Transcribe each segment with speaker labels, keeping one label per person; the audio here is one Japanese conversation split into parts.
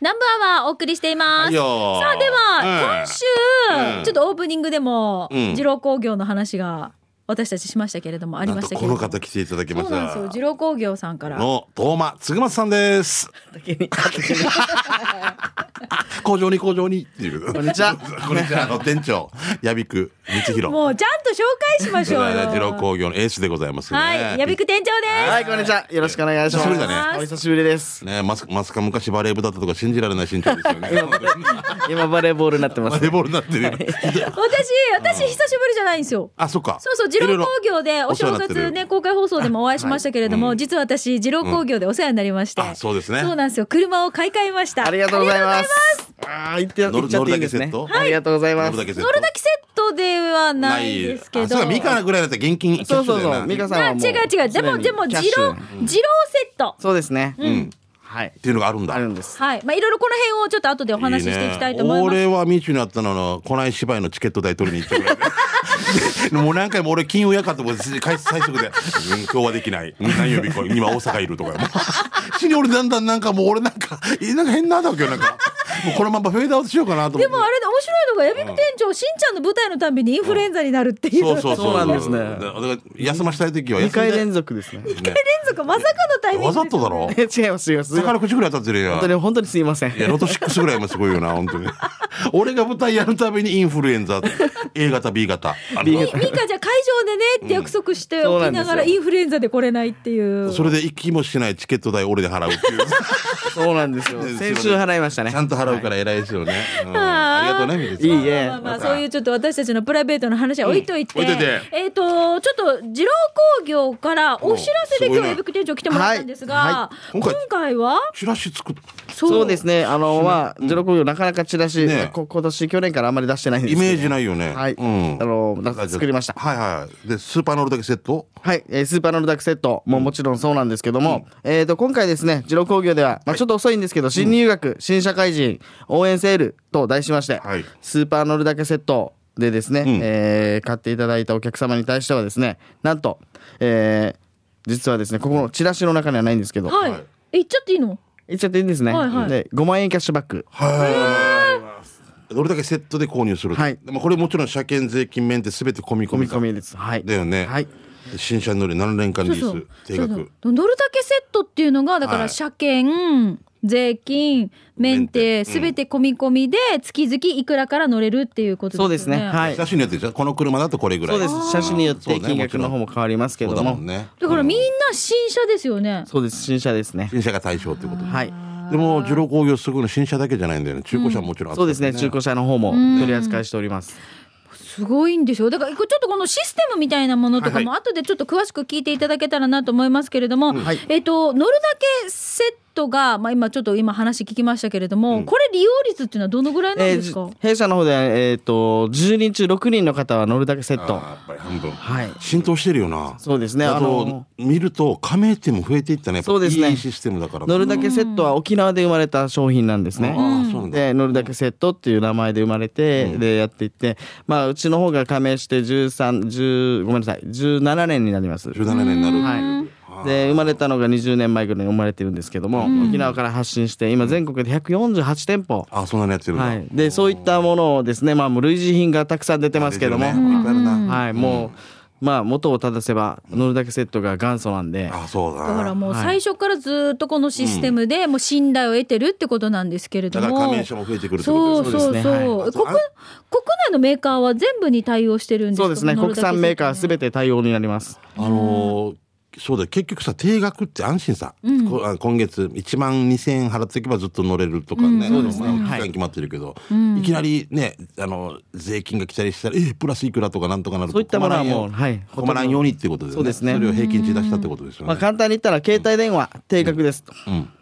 Speaker 1: ナンバーはお送りしています。
Speaker 2: いやー
Speaker 1: さあ、では、
Speaker 2: うん
Speaker 1: 今週、
Speaker 2: うん
Speaker 1: ちょっとオープニングでも、
Speaker 2: うん
Speaker 1: 二郎工業の話が、私たちしましたけれども、あり
Speaker 2: なん
Speaker 1: まし
Speaker 2: と
Speaker 1: たけ
Speaker 2: こ
Speaker 1: れど
Speaker 2: の
Speaker 1: も。
Speaker 2: 方来ていただきま
Speaker 1: そう
Speaker 2: し
Speaker 1: なんですよ。
Speaker 2: た
Speaker 1: 二郎工業さんから。
Speaker 2: の東間嗣松さんです
Speaker 3: 竹に
Speaker 2: 工場に工 場にっていうこんにちはこんにちはあの店長やびく光弘
Speaker 1: もう、ちゃんと紹介しましょうよ。
Speaker 2: 二郎工業のエースでございますね
Speaker 1: はい。やびく店長です。
Speaker 3: はい、こんにちは。よろしくお願いします。
Speaker 2: 久しぶりだ
Speaker 1: ね
Speaker 3: お久しぶりです。
Speaker 2: ねマスマスカ昔バレー部だったとか信じられない身長です よね
Speaker 3: 今バレーボールになってま
Speaker 2: バ
Speaker 3: す
Speaker 2: レー。ボールになってるよ
Speaker 1: 私、私、久しぶりじゃないんですよ。
Speaker 2: あそっか
Speaker 1: そうそう、二郎工業でお
Speaker 2: いろいろ
Speaker 1: 正
Speaker 2: お世話になって
Speaker 1: 月
Speaker 2: る
Speaker 1: ね、公開放送でもお会いしましたけれども、
Speaker 2: はいうん
Speaker 1: 実は私、二郎工業でお世話になりまして、
Speaker 2: あそうですね
Speaker 1: そうなんですよ。車を買い替えました。
Speaker 3: ありがとうございます。ああ、行って、
Speaker 2: 乗
Speaker 3: 行
Speaker 2: る
Speaker 3: っちゃ
Speaker 2: 乗
Speaker 3: って
Speaker 2: る
Speaker 3: いい
Speaker 2: だけ
Speaker 3: んです
Speaker 2: セ
Speaker 3: ね
Speaker 2: ット。
Speaker 3: ありがとうございます
Speaker 2: 乗るだ。けセッ
Speaker 1: 乗るだけセットではないですけ
Speaker 2: あ
Speaker 1: ど。
Speaker 2: そうかミカ
Speaker 1: あ
Speaker 2: ラぐらいだったら現金一
Speaker 3: そ
Speaker 2: 緒
Speaker 3: うそう
Speaker 2: だよ
Speaker 3: そ
Speaker 2: な
Speaker 3: う、
Speaker 2: っ
Speaker 3: ミカさん
Speaker 1: 違
Speaker 3: は
Speaker 1: う
Speaker 3: もう。
Speaker 1: 違う。でも、
Speaker 3: 常に
Speaker 1: でも、
Speaker 3: キャ
Speaker 1: 二
Speaker 3: ッシュ
Speaker 1: 郎、二郎セット。
Speaker 3: そうですね。うん。はい。
Speaker 2: ていうのがあるんだ
Speaker 3: あるんです。
Speaker 1: はい。まあ、いろいろこの辺をちょっと後でお話ししていきたいと思います。
Speaker 2: ね、俺は未知にあったののこない芝居のチケット代取りに行ってくれてもう何回も俺金曜やかと思って最速で、うん「今日はできないうん何曜日これ今大阪いる」とかもう死に俺だんだんなんかもう俺なんかえなんか変なんだわけよなんかもうこのままフェードアウトしようかなと思
Speaker 1: で
Speaker 2: って
Speaker 1: もあれで面白いのが、やびく店長、しんちゃんの舞台のたんびにインフルエンザになるっていう。
Speaker 2: そうそうそう
Speaker 3: そうなんですね
Speaker 2: だから休ませたい時は
Speaker 3: 二
Speaker 2: 休ん
Speaker 3: 回
Speaker 2: で、
Speaker 3: 連続ですね。
Speaker 2: ね、
Speaker 1: 連続、まさかのタイミング。
Speaker 2: わざとだ。ろ
Speaker 3: え 違います。違います。
Speaker 2: だか
Speaker 3: 本
Speaker 2: ら口ぐらい当たってるよ
Speaker 3: 当に、本当にすいませ
Speaker 2: いや、
Speaker 3: ん。
Speaker 2: ロト6ぐらいもすごいよな、本当に。俺が舞台やるためにインフルエンザ、A 型、B 型。あの
Speaker 3: B 型
Speaker 1: ミカじゃあ会場でねって約束して
Speaker 3: そう
Speaker 1: お
Speaker 3: な
Speaker 1: き
Speaker 3: んです
Speaker 1: な
Speaker 3: よ
Speaker 1: がらインフルエンザで来れないっていう。
Speaker 2: それで行きもしないチケット代俺で払うっていう。
Speaker 3: そうなんですよ。先週払いましたね。
Speaker 2: ちゃんと払うから偉いですよね。うんありがとうね、みず
Speaker 3: いい
Speaker 2: え。
Speaker 3: え
Speaker 1: まあ。まあそういうちょっと私たちのプライベートの話は置いといて、
Speaker 2: うん置いといて
Speaker 1: えっ、とちょっと二郎工業からお知らせで
Speaker 2: おすご
Speaker 1: 今
Speaker 2: いね
Speaker 1: 日エビク店長来てもらったんですが、
Speaker 3: はい
Speaker 2: はい
Speaker 1: 今回は
Speaker 2: チラシ作った。
Speaker 1: そ
Speaker 3: そうですね。あの、まあ、ジョロ工業なかなかチラシ
Speaker 2: ね、
Speaker 3: こ今年、去年からあまり出してないんです
Speaker 2: イ
Speaker 3: けど
Speaker 2: メージないよね。
Speaker 3: はい。あ
Speaker 2: うん。
Speaker 3: の、だ作りました。
Speaker 2: はいはい。で、スーパー乗るだけセット
Speaker 3: はい、えースーパーノルダックセットももちろんそうなんですけども、えっ、と、今回ですね、二郎工業では、まあ、ちょっと遅いんですけど、新入学、新社会人、応援セールと題しまして、
Speaker 2: はい
Speaker 3: スーパーノルダックセットでですね、えー買っていただいたお客様に対してはですね、なんと、えー実はですね、ここのチラシの中にはないんですけど、
Speaker 1: はい、
Speaker 2: はい
Speaker 1: え行っちゃっていいの
Speaker 3: 言っちゃっていいんですね、
Speaker 1: はいはい
Speaker 3: で、5万円キャッシュバック。
Speaker 2: はい。乗るだけセットで購入する。
Speaker 3: はい
Speaker 2: でもこれもちろん車検、税金、免て全て込み込
Speaker 3: 込
Speaker 2: み
Speaker 3: み
Speaker 2: か
Speaker 3: 込。みです。はい。
Speaker 2: だよね。
Speaker 3: はい。
Speaker 2: で新車に乗り7年間リ
Speaker 1: そうそ
Speaker 2: ー
Speaker 1: う
Speaker 2: ス、定
Speaker 1: そうそう
Speaker 2: 額。
Speaker 1: 乗るだけセットっていうのがだか
Speaker 2: は
Speaker 1: ら
Speaker 2: い
Speaker 1: 車検、税金メン
Speaker 2: メン
Speaker 1: テ
Speaker 2: テ
Speaker 1: すべて込み込みで月々いくらから乗れるっていうことですよね
Speaker 3: そうですね。はい。
Speaker 2: 写真によってじゃあこの車だとこれぐら
Speaker 3: そ
Speaker 2: いう
Speaker 3: です。車種によって金額の方
Speaker 2: も
Speaker 3: も変わりますけ
Speaker 2: そう
Speaker 3: ど
Speaker 2: だも
Speaker 3: も、
Speaker 2: んね
Speaker 1: だからみんな新車ですよね、
Speaker 3: そうです。新車ですね。
Speaker 2: 新車が対象ってことで
Speaker 3: はい。
Speaker 2: でも二郎工業すぐの新車だけじゃないんだよね中古車ももちろんあった
Speaker 3: そう
Speaker 2: よ
Speaker 3: ですね、中古車の方も取り扱いしております。
Speaker 1: すごいんでしょだからちょっとこのシステムみたいなものとか
Speaker 2: はい
Speaker 1: も
Speaker 2: は
Speaker 1: 後でちょっと詳しく聞いていただけたらなと思いますけれども、
Speaker 3: はい
Speaker 1: えっ、と乗るだけセットが、まあ、今ちょっと今話聞きましたけれども、これ利用率っていうのはどのぐらいなん
Speaker 3: えー
Speaker 1: で
Speaker 3: じ
Speaker 1: すか、
Speaker 3: 弊社の方で、えっ、と、10人中6人の方は乗るだけセッ
Speaker 2: あ
Speaker 3: ト。
Speaker 2: ーやっぱり半分
Speaker 3: はい。
Speaker 2: 浸透してるよな
Speaker 3: そうですね、あ
Speaker 2: あ
Speaker 3: の
Speaker 2: と、見ると加盟店も増えていったねやっぱ
Speaker 3: そうですね
Speaker 2: いいシステムだから
Speaker 3: 乗るだけセットは沖縄で生まれた商品なんです
Speaker 2: あ
Speaker 3: ね。
Speaker 2: あそうなんだ
Speaker 3: で、乗るだけセットっていう名前で生まれて、で、やっていって、まあ、うちの方が加盟して13、10、ごめんなさい、17年になります。
Speaker 2: 17年になる
Speaker 3: はい。で、生まれたのが20年前ぐらいに生まれてるんですけども、沖縄から発信して、今全国で148店舗。
Speaker 2: あそんなのやってるんだ
Speaker 3: はい、でそういったものをですね、まあ、もう類似品がたくさん出てますけども、
Speaker 2: 出てるねいっぱいあるな
Speaker 3: はい、もう、まあ、元を正せば乗るだけセットが元祖なんで、
Speaker 2: あそうだ
Speaker 1: だから
Speaker 2: な
Speaker 1: もう最初からずっとこのシステムでもう信頼を得てるってことなんですけれど
Speaker 2: だ
Speaker 1: も、
Speaker 2: から加盟者も増えてくるってこと
Speaker 1: そう
Speaker 2: です
Speaker 1: そう
Speaker 3: そ
Speaker 1: そうう
Speaker 3: です
Speaker 1: 国
Speaker 3: ねは
Speaker 1: 国内のメーカーは全部に対応してるんですか
Speaker 3: そうですね
Speaker 1: 乗る
Speaker 3: 国
Speaker 1: だけセット
Speaker 3: 産メーカーすべて対応になります
Speaker 2: あのーそうだよ結局さ定額って安心さ、こあ今月1万2000円払っておけばずっと乗れるとかね、
Speaker 3: そうですね
Speaker 2: あのまあ
Speaker 3: はい
Speaker 2: 期間決まってるけど、いきなりねあの税金が来たりしたらえープラスいくらとかなんとかなると
Speaker 3: そういったものは
Speaker 2: 困らんよ
Speaker 3: もうはい
Speaker 2: 困らんようにっていうことで、ね、
Speaker 3: そうですね
Speaker 2: それを平均値出したってことですよね、
Speaker 3: まあ、簡単に言ったら携帯電話定額ですと、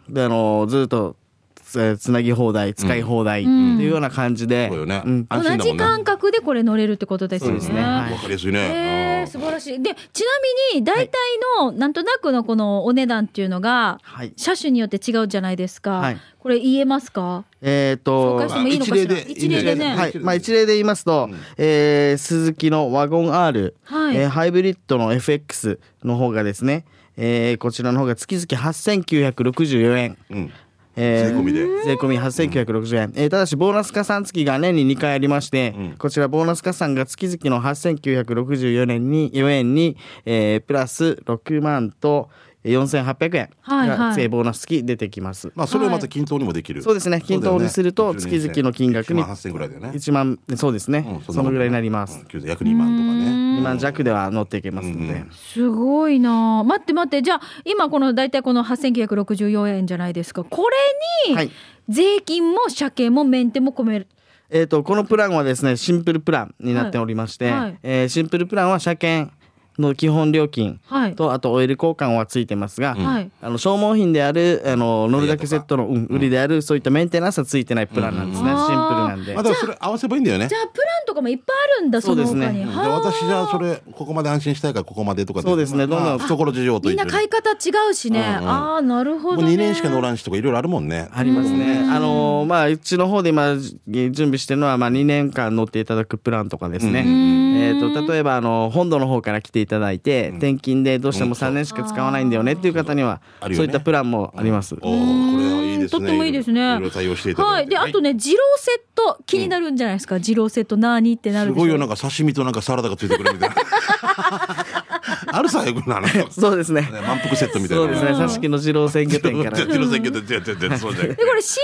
Speaker 3: であのずっとつつなぎ放題使い放題っていうような感じで、
Speaker 2: そうよね、
Speaker 3: うん
Speaker 2: 安
Speaker 1: 同
Speaker 2: 心だも
Speaker 1: じ
Speaker 2: んね
Speaker 1: 感覚でこれ乗れるってことですよね。
Speaker 3: そうですねはい
Speaker 2: わかりやすい
Speaker 1: え
Speaker 2: ね
Speaker 1: ー、、素晴らしい。で、ちなみに、大体の、なんとなくのこのお値段っていうのが、
Speaker 3: はい
Speaker 1: 車種によって違うじゃないですか。
Speaker 3: はい
Speaker 1: これ言えますか
Speaker 3: えっ、
Speaker 1: 紹
Speaker 3: と
Speaker 1: 介してもいいのかしら。
Speaker 2: あ一例で
Speaker 1: 一例でね。
Speaker 3: はい、まあ、一例で言いますと、えースズキのワゴン R、
Speaker 1: はい
Speaker 3: えーハイブリッドの FX の方がですね、えーこちらの方が月々8964円、
Speaker 2: うん
Speaker 3: え
Speaker 2: 税込みで
Speaker 3: 税込み8960円、えーただしボーナス加算付きが年に2回ありまして、こちらボーナス加算が月々の8964円に4円に、えープラス6万と4800円
Speaker 1: はいはい
Speaker 3: が税ボーナス付き出てきます、
Speaker 2: まあそれをまた均等にもできる。
Speaker 3: そうですね均等にすると月々の金額に
Speaker 2: 1万8000ぐらいだよね。
Speaker 3: 1万そうですね、
Speaker 2: うん
Speaker 3: そ
Speaker 2: ん
Speaker 3: の
Speaker 2: もん
Speaker 3: ぐらいになります
Speaker 2: うん、約2万とかね。
Speaker 3: 2万弱では乗っていけますので、
Speaker 1: すごいなあ待って待ってじゃあ今この大体この8964円じゃないですかこれ
Speaker 3: は
Speaker 1: に
Speaker 3: い
Speaker 1: 税金も車検もメンテも込める
Speaker 3: えー、とこのプランはですねシンプルプランになっておりまして、
Speaker 1: はいはい
Speaker 3: えーシンプルプランは車検の基本料金
Speaker 1: はい
Speaker 3: と、あとオイル交換はついてますが、
Speaker 1: はい
Speaker 3: あの消耗品であるあの乗るだけセットの、うん売りであるそういったメンテナンスはついてないプランなんですね、
Speaker 1: うん
Speaker 3: シンプルなんで
Speaker 2: まあ、だからそれ合わせばいいんだよね
Speaker 1: じ。ゃあプランとかもいっぱいあるんだ
Speaker 3: そ
Speaker 1: そう
Speaker 3: で
Speaker 1: の
Speaker 3: すね
Speaker 1: 他に、
Speaker 2: じ
Speaker 1: は
Speaker 2: ゃ
Speaker 1: あ
Speaker 2: あ私じゃあそれここまで安心したいからここまでとかって
Speaker 3: そうですね
Speaker 2: まあ
Speaker 3: どんどん
Speaker 2: 懐事情と
Speaker 1: み
Speaker 2: 一
Speaker 1: んな
Speaker 2: 緒に
Speaker 1: 買い方違うしね、ああなるほど、
Speaker 2: もう
Speaker 1: ね、
Speaker 2: 2年しか乗らんしとかいろいろあるもんね。
Speaker 3: ありますね。あのーまあ、うちの方で今、じ準備してるのは、まあ、2年間乗っていただくプランとかですね。えっ、と、例えば、あの、本土の方から来ていただいて、転勤でどうしても3年しか使わないんだよねっていう方には、
Speaker 2: あるよね
Speaker 3: そういったプランもあります。
Speaker 2: おーこれはいいですね。
Speaker 1: とってもいいですね。
Speaker 2: いろいろ対応していただいて。
Speaker 1: はい、であとね、二郎セット気になるんじゃないですか。二郎セット何ってなる
Speaker 2: す
Speaker 1: でしょ。
Speaker 2: ごいよ、なんか刺身となんかサラダがついてくるみたいな。あるさ、よくなの。ね
Speaker 3: そうですね。
Speaker 2: 満腹セットみたいな。
Speaker 3: そうですね。
Speaker 2: 刺
Speaker 3: さしきの二郎鮮魚店から。
Speaker 2: 違う違う違う違う違う違うそうじゃな
Speaker 1: で
Speaker 2: い
Speaker 1: これ新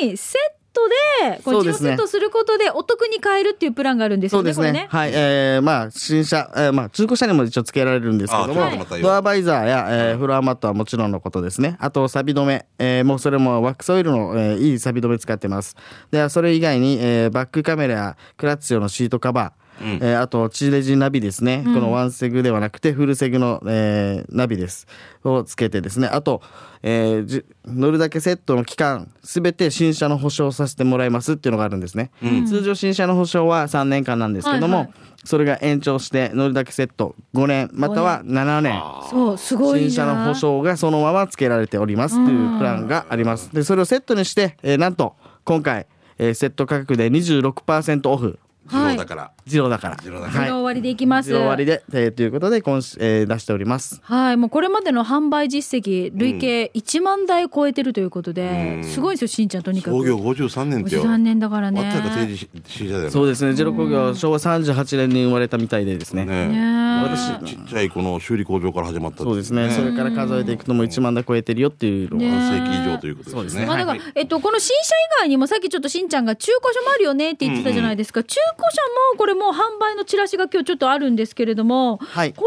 Speaker 1: 車にセットで、こ
Speaker 3: そう
Speaker 1: 二
Speaker 3: うで
Speaker 1: 郎
Speaker 3: す
Speaker 1: セ
Speaker 3: ね
Speaker 1: ットすることでお得に買えるっていうプランがあるんです
Speaker 3: そ
Speaker 1: よ
Speaker 3: う
Speaker 1: ね。
Speaker 3: ですね。
Speaker 1: こ
Speaker 3: はい。えー、まあ、新車、えー、まあ、中古車にも一応付けられるんですけども
Speaker 2: あーちょっとまた、よ
Speaker 3: ドアバイザーや、えー、フロアマットはもちろんのことですね。あと、錆止め、えー、もうそれもワックスオイルの、えー、いい錆止め使ってます。で、それ以外に、えー、バックカメラやクラッチ用のシートカバー、えーあと、チレジナビですね。このワンセグではなくて、フルセグの、えー、ナビです。をつけてですね。あと、えーじ乗るだけセットの期間、すべて新車の保証をさせてもらいますっていうのがあるんですね。通常新車の保証は3年間なんですけども、
Speaker 1: はいはい
Speaker 3: それが延長して乗るだけセット5年、または7年。
Speaker 1: れねそうすごいな。
Speaker 3: 新車の保証がそのまま付けられておりますというプランがあります。で、それをセットにして、えーなんと、今回、えーセット価格で26%オフ。
Speaker 1: はい
Speaker 2: 二郎だから。
Speaker 3: ジローだから。
Speaker 2: 二郎だか
Speaker 1: 二
Speaker 3: はい
Speaker 1: 郎終わりでいきます。
Speaker 3: 終わりで、えーということで今週、えー出しております。
Speaker 1: はい、もうこれまでの販売実績累計1万台超えてるということで、すごいんですよしんちゃんとにかく
Speaker 2: 創業53年ってよ。
Speaker 1: 53年だからね
Speaker 2: 終わったら定時死者だよね。
Speaker 3: そうですね、ジロ工業昭和38年に生まれたみたいでですね。
Speaker 2: ね
Speaker 1: ね
Speaker 2: 私ちっちゃいこの修理工場から始まった
Speaker 3: そうですね、それから数えていくともう1万台超えてるよっていうのが、
Speaker 1: ね
Speaker 2: 半世紀以上ということですね。
Speaker 1: まあ、だから、えっと、この新車以外にも、さっきちょっとしんちゃんが中古車もあるよねって言ってたじゃないですか。中古車も、これもう販売のチラシが今日ちょっとあるんですけれども。
Speaker 3: はい
Speaker 1: こ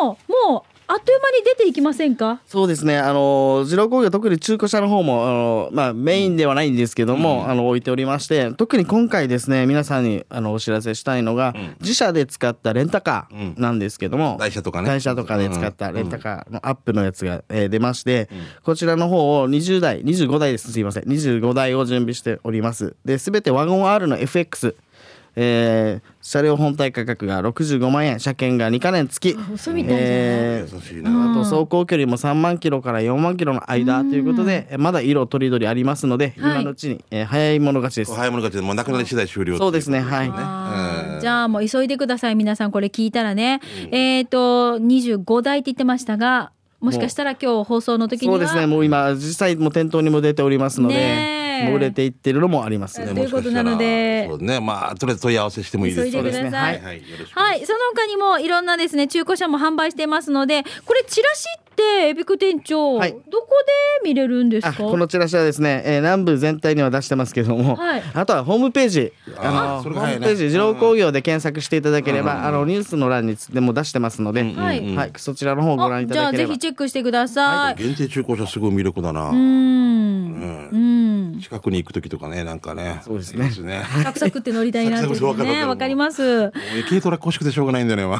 Speaker 1: れも、もう、あっという間に出ていきませんか。
Speaker 3: そうですね、あの、二郎工業、特に中古車の方も、あの、まあ、メインではないんですけども、あの、置いておりまして、特に今回ですね、皆さんに、あの、お知らせしたいのが、自社で使ったレンタカーなんですけども、
Speaker 2: 台車とかね
Speaker 3: 台車とかで使ったレンタカーのアップのやつが、えー出まして、こちらの方を20台、25台です、すいません、25台を準備しております。で、すべてワゴン R の FX。えー車両本体価格が65万円車検が2か年付き
Speaker 1: 嘘みたいじゃない
Speaker 3: えー
Speaker 2: 優しいな。
Speaker 3: あと走行距離も3万キロから4万キロの間ということで、えまだ色とりどりありますので、
Speaker 1: はい
Speaker 3: 今のうちに、えー早い者勝ちです。
Speaker 2: 早い者勝ちでもうなくなり次第終了。
Speaker 3: そうですね、はい。
Speaker 1: あーじゃあもう急いでください皆さんこれ聞いたらね、えっ、と25台って言ってましたがもしかしたら今日放送の時に
Speaker 3: そ
Speaker 1: は
Speaker 3: うですね、もう今、実際もう店頭にも出ておりますので、
Speaker 1: ねえ
Speaker 3: もう売れていってるのもあります
Speaker 1: と
Speaker 3: ね。
Speaker 1: い
Speaker 2: も
Speaker 1: う
Speaker 2: し
Speaker 1: こ
Speaker 2: か
Speaker 1: と
Speaker 2: し
Speaker 1: な
Speaker 2: たら
Speaker 1: ので
Speaker 2: そうね、まあとりあえず問い合わせしてもいいです。
Speaker 1: 急いでください。
Speaker 2: そうですねはいはいよろしくお
Speaker 1: はい、その他にもいろんなですね、中古車も販売していますので、これチラシって、エビク店長、
Speaker 3: はい
Speaker 1: どこで見れるんです
Speaker 3: あ
Speaker 1: か。
Speaker 3: このチラシはですね、えー南部全体には出してますけども、
Speaker 1: はい
Speaker 3: あとはホームページ、
Speaker 2: あ
Speaker 3: あの
Speaker 2: それ
Speaker 3: ホ
Speaker 2: が早
Speaker 3: ー
Speaker 2: い
Speaker 3: ム
Speaker 2: ね
Speaker 3: ページ、二郎工業で検索していただければ、
Speaker 2: うん
Speaker 3: あのニュースの欄にでも出してますので、
Speaker 1: はい
Speaker 3: はい、そちらの方をご覧い
Speaker 1: あ
Speaker 3: た
Speaker 1: じゃ
Speaker 3: だ
Speaker 1: あ
Speaker 3: けれ
Speaker 1: ぜ
Speaker 3: ば
Speaker 1: ひ。チェックしてください。
Speaker 2: 限定中古車すごい魅力だな。
Speaker 1: うーん、うん、
Speaker 2: 近くに行く時とかね、なんかね。
Speaker 3: そうですね
Speaker 2: いいですね。
Speaker 1: サクサクって乗りたいなっていうのね、わ
Speaker 2: わ
Speaker 1: か
Speaker 2: か
Speaker 1: り
Speaker 2: り
Speaker 1: ま。
Speaker 2: ますもう軽トラ欲しくてしょうがないんだよね、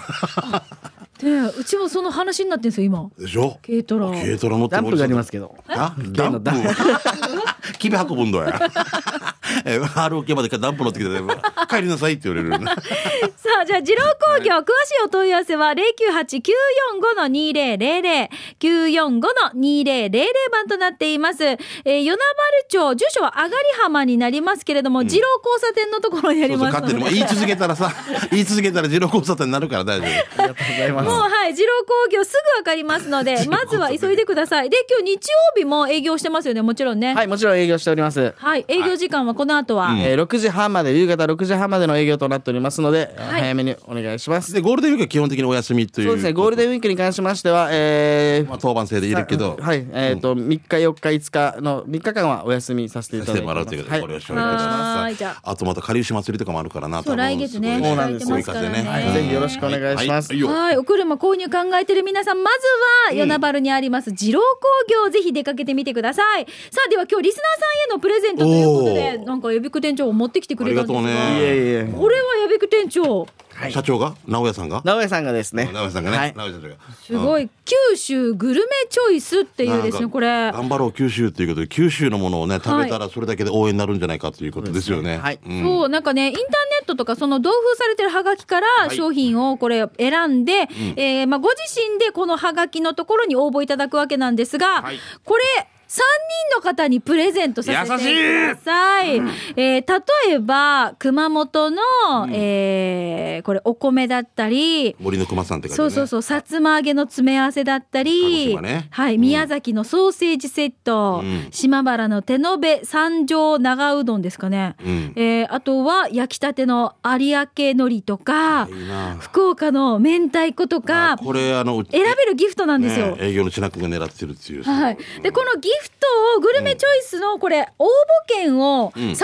Speaker 1: で、うちもその話になってるんですよ、今。
Speaker 2: 今。でしょ
Speaker 1: 軽トラ
Speaker 2: 軽トラ持って。
Speaker 3: ダンプがありますすけど。
Speaker 2: あダンプ君のダンプ君運ぶんだよ。えー、ROK までダンプ乗って きて、帰りなさいって言われるよね。
Speaker 1: さあ、じゃあ、二郎工業、詳しいお問い合わせは、098-945-2000、945-2000番となっています。えー、与那原町、住所は上がり浜になりますけれども、二郎交差点のところにあ
Speaker 2: そ
Speaker 1: り
Speaker 2: うそ
Speaker 1: ま
Speaker 2: う
Speaker 1: す
Speaker 2: 勝
Speaker 1: ので。
Speaker 2: 手にもう言い続けたら さ、言い続けたら二郎交差点になるから大丈夫。
Speaker 3: ありがとうございます
Speaker 1: もうはい、二郎工業すぐわかりますの で、まずは急いでください。で、今日日曜日も営業してますよね、もちろんね。は、
Speaker 3: はいいもちろん営業しております
Speaker 1: 営業時間はこの後は。
Speaker 3: えー6時半まで夕方6時半までの営業となっておりますので、早めにお願いします
Speaker 2: で、ゴールデンウィークは基本的にお休みという。
Speaker 3: そうですねゴールデンウィークに関しましては、えー
Speaker 2: まあ、当番制でいるけど、
Speaker 3: はいえっ、と3日4日5日の3日間はお休みさせていた
Speaker 2: し
Speaker 3: だい
Speaker 2: て
Speaker 3: て
Speaker 2: もらうということで、これを承認いたし
Speaker 1: は
Speaker 2: ま
Speaker 1: ーい
Speaker 2: す
Speaker 1: じゃ。
Speaker 2: あとまた、かりゆし祭りとかもあるから
Speaker 1: そ
Speaker 2: な、
Speaker 1: う
Speaker 2: 多分
Speaker 1: 来月ね
Speaker 2: ごい
Speaker 3: そうなんです
Speaker 2: 追い風
Speaker 1: 控えて
Speaker 2: ね
Speaker 1: ますからね
Speaker 2: は
Speaker 1: ぜ
Speaker 3: ひよろしくお願いします
Speaker 2: はは
Speaker 1: はい、お車購入考えてる皆さん、まずは、与那原にあります、二郎工業、ぜひ出かけてみてください。さあ、では今日、リスナーさんへのプレゼントということで、
Speaker 2: おー
Speaker 1: なんか、予備区店長を持ってきてくれたんですが。
Speaker 2: ありがとうね
Speaker 3: いえいえ
Speaker 1: これは予備区店長、
Speaker 2: はい社長が直哉さんが
Speaker 3: 直江さんがですね
Speaker 2: 直哉さんがね、
Speaker 3: はい
Speaker 2: 直哉社長が
Speaker 1: すごい、九州グルメチョイスっていうです
Speaker 2: な
Speaker 1: ね、
Speaker 2: んか
Speaker 1: これ。
Speaker 2: 頑張ろう九州ということで九州のものをね食べたらそれだけで応援になるんじゃないかということですよね、
Speaker 3: はい
Speaker 2: うん
Speaker 1: そうなんかねインターネットとかその同封されてるハガキから
Speaker 2: い
Speaker 1: 商品をこれ選んで、えーまあ、ご自身でこのハガキのところに応募いただくわけなんですが、
Speaker 2: はい
Speaker 1: これ3人の方にプレゼントさせてください。えー例えば熊本の、えーこれお米だったり、
Speaker 2: 森の熊さんって感じ
Speaker 1: そ
Speaker 2: で、
Speaker 1: う
Speaker 2: ね、
Speaker 1: そうそう、さつま揚げの詰め合わせだったり、
Speaker 2: 鹿児島ね
Speaker 1: はい、宮崎のソーセージセット、
Speaker 2: うん
Speaker 1: 島原の手延べ三条長うどんですかね。
Speaker 2: うん
Speaker 1: えーあとは焼きたての有明海苔とか、
Speaker 2: いいな
Speaker 1: 福岡の明太子とか
Speaker 2: あ、これあのうち
Speaker 1: 選べるギフトなんですよ。
Speaker 2: ね営業の千奈君が狙ってるっていう、
Speaker 1: はい、でこのギフトをグルメチョイスのこれ応募券を
Speaker 2: ん
Speaker 1: 3人の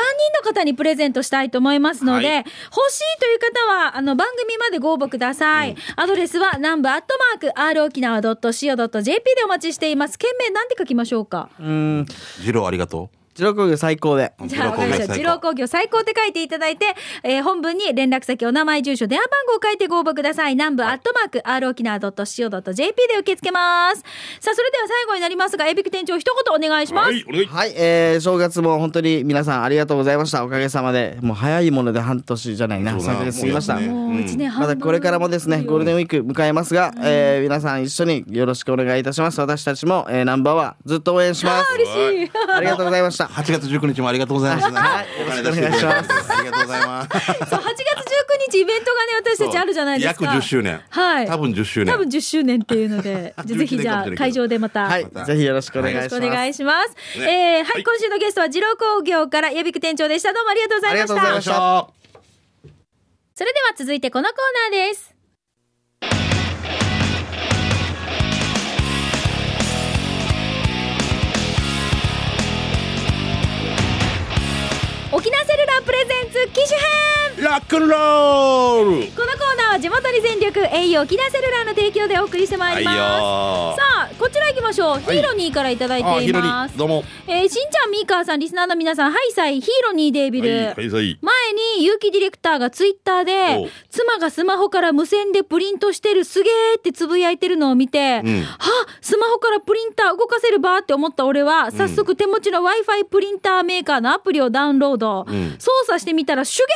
Speaker 1: 方にプレゼントしたいと思いますので、
Speaker 2: はい
Speaker 1: 欲しいという方はあの番組までご応募ください、アドレスは南部アットマーク r 沖縄 .co.jp でお待ちしています件名なんて書きましょうか
Speaker 3: うん
Speaker 2: 二郎ありがと
Speaker 3: 二郎工業最高で
Speaker 1: じゃあ、わかりました。
Speaker 2: 二
Speaker 1: 二
Speaker 2: 郎
Speaker 1: 郎
Speaker 2: 工
Speaker 1: 工業最高って書いていただいて、えー本文に連絡先、お名前、住所、電話番号を書いてご応募ください。南部アットマーク、r 沖縄 .co.jp で受け付けます。さあ、それでは最後になりますが、エビク店長、一言お願いし
Speaker 2: う
Speaker 1: ます。
Speaker 2: はいお願い
Speaker 3: はい、えー、正月も本当に皆さんありがとうございました。おかげさまで、もう早いもので半年じゃないな、
Speaker 2: そうだ
Speaker 3: 3ヶ月過ぎまし
Speaker 2: も
Speaker 3: た。
Speaker 2: うやっ
Speaker 1: もう1年半
Speaker 3: まだこれからもですね、ゴールデンウィーク迎えますが、えー、皆さん一緒によろしくお願いいたします。私たちも、えー、ナンバーはずっと応援しま
Speaker 1: あ
Speaker 3: す。
Speaker 1: ー嬉しい。
Speaker 3: ありがとうございました。
Speaker 2: 8月19日もありがとうございました、
Speaker 3: はい
Speaker 2: お金出してくれて
Speaker 3: よろし
Speaker 2: ありがとうございます
Speaker 1: そう、8月19日イベントがね、私たちあるじゃないですか。
Speaker 2: 約10周年
Speaker 1: はい。
Speaker 2: 多分10周年
Speaker 1: 多分10周年っていうの で、じゃあぜひじゃあ会場でまた。
Speaker 3: はい、ぜひよろしくお願いし
Speaker 1: よ
Speaker 3: ま
Speaker 1: ろし
Speaker 3: す。
Speaker 1: くお願いします。
Speaker 2: ね
Speaker 1: えーは
Speaker 2: はい
Speaker 1: い、今週のゲストは二郎工業からヤビク店長でした。どうもありがとうございま
Speaker 3: ありがとうございま
Speaker 1: し
Speaker 3: したた。
Speaker 2: よいしょ
Speaker 1: それでは続いてこのコーナーです。沖縄セルラープレゼンツ機種編
Speaker 2: ラックンロール
Speaker 1: このコーナーは地元に全力栄養沖縄セルラーの提供でお送りしてまいります、
Speaker 2: は
Speaker 1: さあこちら行きましょう、
Speaker 2: い
Speaker 1: ヒーロニーからいただいていま
Speaker 2: あヒロニ
Speaker 1: す
Speaker 2: ーどうも
Speaker 1: えーしんちゃんみーかーさんリスナーの皆さんハイサイヒーロニーデービル、
Speaker 2: はいはい
Speaker 1: 前に結城ディレクターがツイッター
Speaker 2: お
Speaker 1: で
Speaker 2: う
Speaker 1: 妻がスマホから無線でプリントしてるすげーってつぶやいてるのを見て、
Speaker 2: うん
Speaker 1: はスマホからプリンター動かせるばーって思った俺は早速手持ちの w i f i プリンターメーカーのアプリをダウンロード、
Speaker 2: ん
Speaker 1: 操作してみたら「シュゲ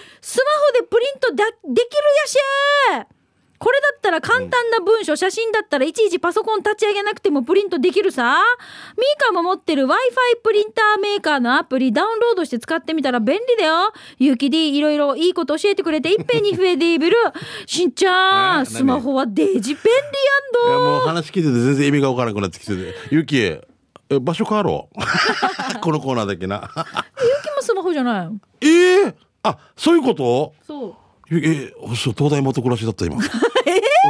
Speaker 1: ースマホでプリントだできるやしー!」これだったら簡単な文書、写真だったらいちいちパソコン立ち上げなくてもプリントできるさ。ミーカーも持ってる Wi-Fi プリンターメーカーのアプリダウンロードして使ってみたら便利だよ。ゆうき D いろいろいいこと教えてくれていっぺんに増えていぶる。しんちゃ
Speaker 2: え
Speaker 1: ん、
Speaker 2: ー
Speaker 1: スマホはデージ便利
Speaker 2: いや
Speaker 1: やんど。
Speaker 2: もう話聞いてて全然意味がわからなくなってきててゆきえ場所変わろう このコーナーだけな
Speaker 1: ゆうきもスマホじゃないの
Speaker 2: えー、あそういうこと
Speaker 1: そう。
Speaker 2: ゆきえそう東大元暮らしだっ た今俺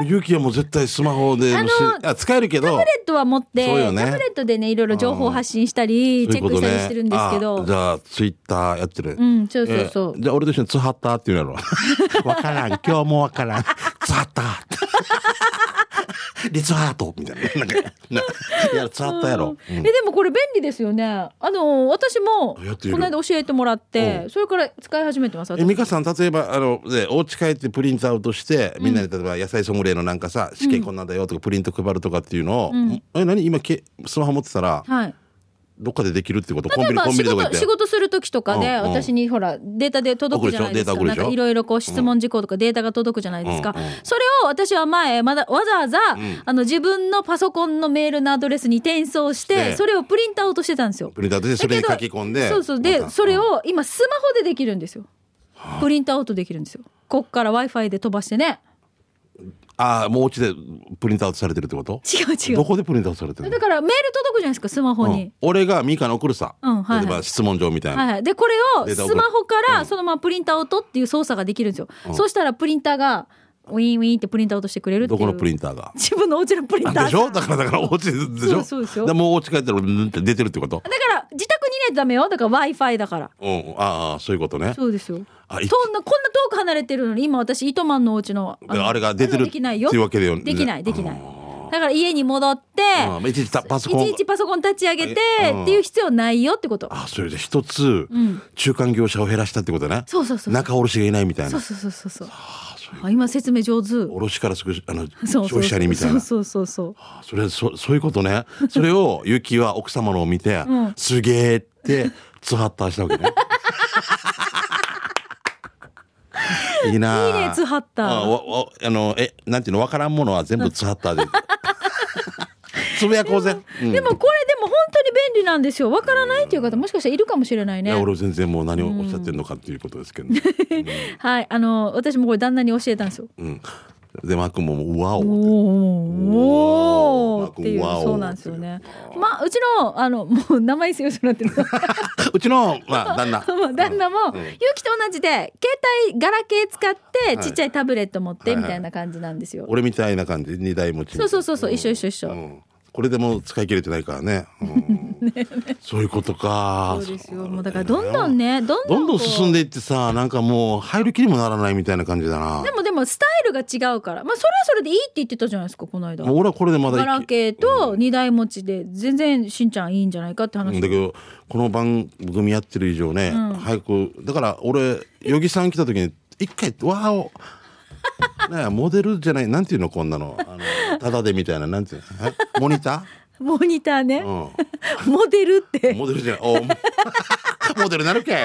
Speaker 2: ゆきえもう絶対スマホで
Speaker 1: あの
Speaker 2: しあ使えるけど
Speaker 1: タブレットは持って、
Speaker 2: そうよね
Speaker 1: タブレットでね、いろいろ情報発信したり、チェックしたりしてるんですけ
Speaker 2: そういう
Speaker 1: ど
Speaker 2: ことねあじ。ゃあツイッターやってる
Speaker 1: うんそうそうそう
Speaker 2: えーじゃあ俺と一緒にツハッターって言うのやろわからん今日もわからん ツハッターってリツハートみたいななんかないやツハッターやろ、
Speaker 1: えでもこれ便利ですよねあの私もこ
Speaker 2: やっている
Speaker 1: の間教えてもらって、
Speaker 2: う
Speaker 1: それから使い始めてます
Speaker 2: え
Speaker 1: 私
Speaker 2: 美香さん例えばあのでお家帰ってプリントアウトしてみんなに例えば野菜ソムリエのなんかさ「試験こんなんだよ」とかプリント配るとかっていうのを「え何今けスマホ持ってたら
Speaker 1: はい
Speaker 2: どっかでできるってことコン
Speaker 1: 例え
Speaker 2: ビニ
Speaker 1: ば
Speaker 2: コンビ
Speaker 1: 仕
Speaker 2: ニとか行っ
Speaker 1: 事
Speaker 2: て
Speaker 1: 仕事する時とかで、
Speaker 2: うんうん
Speaker 1: 私にほらデータで届くじゃないです
Speaker 2: 送
Speaker 1: か
Speaker 2: る
Speaker 1: なん
Speaker 2: でしょデータ送るでしょ
Speaker 1: かいろいろこう質問事項とかデータが届くじゃないですか、
Speaker 2: うんうん
Speaker 1: それを私は前まだわざわざ、
Speaker 2: ん
Speaker 1: あの自分のパソコンのメールのアドレスに転送して、
Speaker 2: ええ
Speaker 1: それをプリントアウトしてたんですよ
Speaker 2: プリントアウトでそれに書
Speaker 1: だ
Speaker 2: き
Speaker 1: けど
Speaker 2: 込んで
Speaker 1: そうそう
Speaker 2: ま
Speaker 1: で
Speaker 2: た
Speaker 1: それを今スマホでできるんですよプリントアウトできるんですよこっから w i f i で飛ばしてね
Speaker 2: ああもうお家でプリントアウトされてるってこと
Speaker 1: 違う違
Speaker 2: ど
Speaker 1: う
Speaker 2: こでプリントアウトされてるの
Speaker 1: だからメール届くじゃないですかスマホ
Speaker 2: う
Speaker 1: に
Speaker 2: ん、俺がミカに送るさ、
Speaker 1: うんはいはい
Speaker 2: 例えば質問状みたいな、
Speaker 1: はいはい、でこれを
Speaker 2: データ
Speaker 1: ス
Speaker 2: 送る
Speaker 1: マホからそのままプリントアウトっていう操作ができるんですよ、そうしたらプリンターがウィンウィンってプリントアウトしてくれるってい
Speaker 2: ど
Speaker 1: う
Speaker 2: このプリンターが
Speaker 1: 自分のお家のプリンター
Speaker 2: でしょだからだからお家ででしょ
Speaker 1: そうですよ
Speaker 2: だからもうお家帰ったらうんって出てるってこと
Speaker 1: だから自宅にいないとダメよだから w i f i だから
Speaker 2: うんああそういうことね
Speaker 1: そうですよ
Speaker 2: あ
Speaker 1: そ
Speaker 2: い
Speaker 1: んなこんな遠く離れてるのに今私糸満のお家の
Speaker 2: だからあれが出て
Speaker 1: あ
Speaker 2: る
Speaker 1: れできないよ
Speaker 2: っていうわけだよね
Speaker 1: できないできないだから家に戻って
Speaker 2: うんまあいちいちたパソコン
Speaker 1: いちいちパソコン立ち上げて
Speaker 2: えうん
Speaker 1: っていう必要ないよってこと
Speaker 2: あそれで一つ、中間業者を減らしたってことね
Speaker 1: そうそうそう
Speaker 2: 中卸がいないみたいな
Speaker 1: そうそうそうそうそうあ今説明上手
Speaker 2: 卸からすぐあの
Speaker 1: そうそうそう
Speaker 2: 消費者にみたいな
Speaker 1: そうそうそうそう
Speaker 2: あそれそそういうことねそれ をゆきは奥様のを見て、
Speaker 1: ん
Speaker 2: すげえってツハッターしたわけねいいないい
Speaker 1: いねツハッター
Speaker 2: あわわあのえなんていうのわからんものは全部ツハッターでつぶやこうぜ、うん
Speaker 1: でもこれでも本当に便利なんですよ。わからないっていう方もしかしたらいるかもしれない
Speaker 2: い
Speaker 1: ね
Speaker 2: や。俺全然もう何をおっしゃってるのかっていうことですけど、
Speaker 1: はい、あの私もこれ旦那に教えたんですよ。
Speaker 2: うん、でマー君ももう「わお」
Speaker 1: おおお
Speaker 2: っわお
Speaker 1: っていう
Speaker 2: わお
Speaker 1: そうなんですよね。まあうちのあのもう名前強くなってる。
Speaker 2: てうちの、まあ、旦那
Speaker 1: もう旦那も
Speaker 2: うん
Speaker 1: ゆうきと同じで携帯ガラケー使って
Speaker 2: い
Speaker 1: ちっちゃいタブレット持って
Speaker 2: はいはい
Speaker 1: みたいな感じなんですよ。
Speaker 2: 俺みたいな感じ二台持ち
Speaker 1: そうそうそうそう一緒一緒一
Speaker 2: う
Speaker 1: 緒。
Speaker 2: ん、これでもう使い切れてないからね,、うん、そういうことか
Speaker 1: そうですよ。もうだからどんどんねどんど
Speaker 2: ど
Speaker 1: ん
Speaker 2: んどん進ん
Speaker 1: で。
Speaker 2: でいってさなんかもう入る気にもならないみたいな感じだな
Speaker 1: でもでもスタイルが違うからまあそれはそれでいいって言ってたじゃないですかこの間。
Speaker 2: もう俺はこれでまだ
Speaker 1: ガ
Speaker 2: 生
Speaker 1: ラ
Speaker 2: き
Speaker 1: ケーと二台持ちで全然しんちゃんいいんじゃないかって
Speaker 2: う
Speaker 1: 話、
Speaker 2: んだけどこの番組やってる以上ね、早くだから俺余木さん来た時に一回「わ ーお」ねえモデルじゃないなんていうのこんなのあのただでみたいななんていうのえモニタ
Speaker 1: モニターね、
Speaker 2: ー、うん、
Speaker 1: モデルって
Speaker 2: モデルじゃない。お モデルなるけ。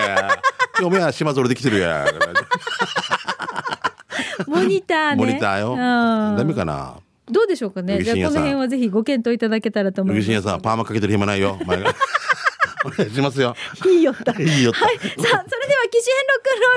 Speaker 2: 嫁は島ぞれできてるや。
Speaker 1: モニターね
Speaker 2: モニターよ。ダメ
Speaker 1: うん
Speaker 2: かな。
Speaker 1: どうでしょうかね
Speaker 2: ルギ
Speaker 1: じゃ
Speaker 2: シ
Speaker 1: あこの
Speaker 2: ン屋さん
Speaker 1: 辺はぜひご検討いただけたらと思
Speaker 2: ル
Speaker 1: いま
Speaker 2: ギ
Speaker 1: す
Speaker 2: シン
Speaker 1: い
Speaker 2: 屋さん、パーマかけてる暇ないよ。お 前がお願いしますよ。
Speaker 1: いよった
Speaker 2: いいよ。
Speaker 1: はい、さあそれでは機種変ロック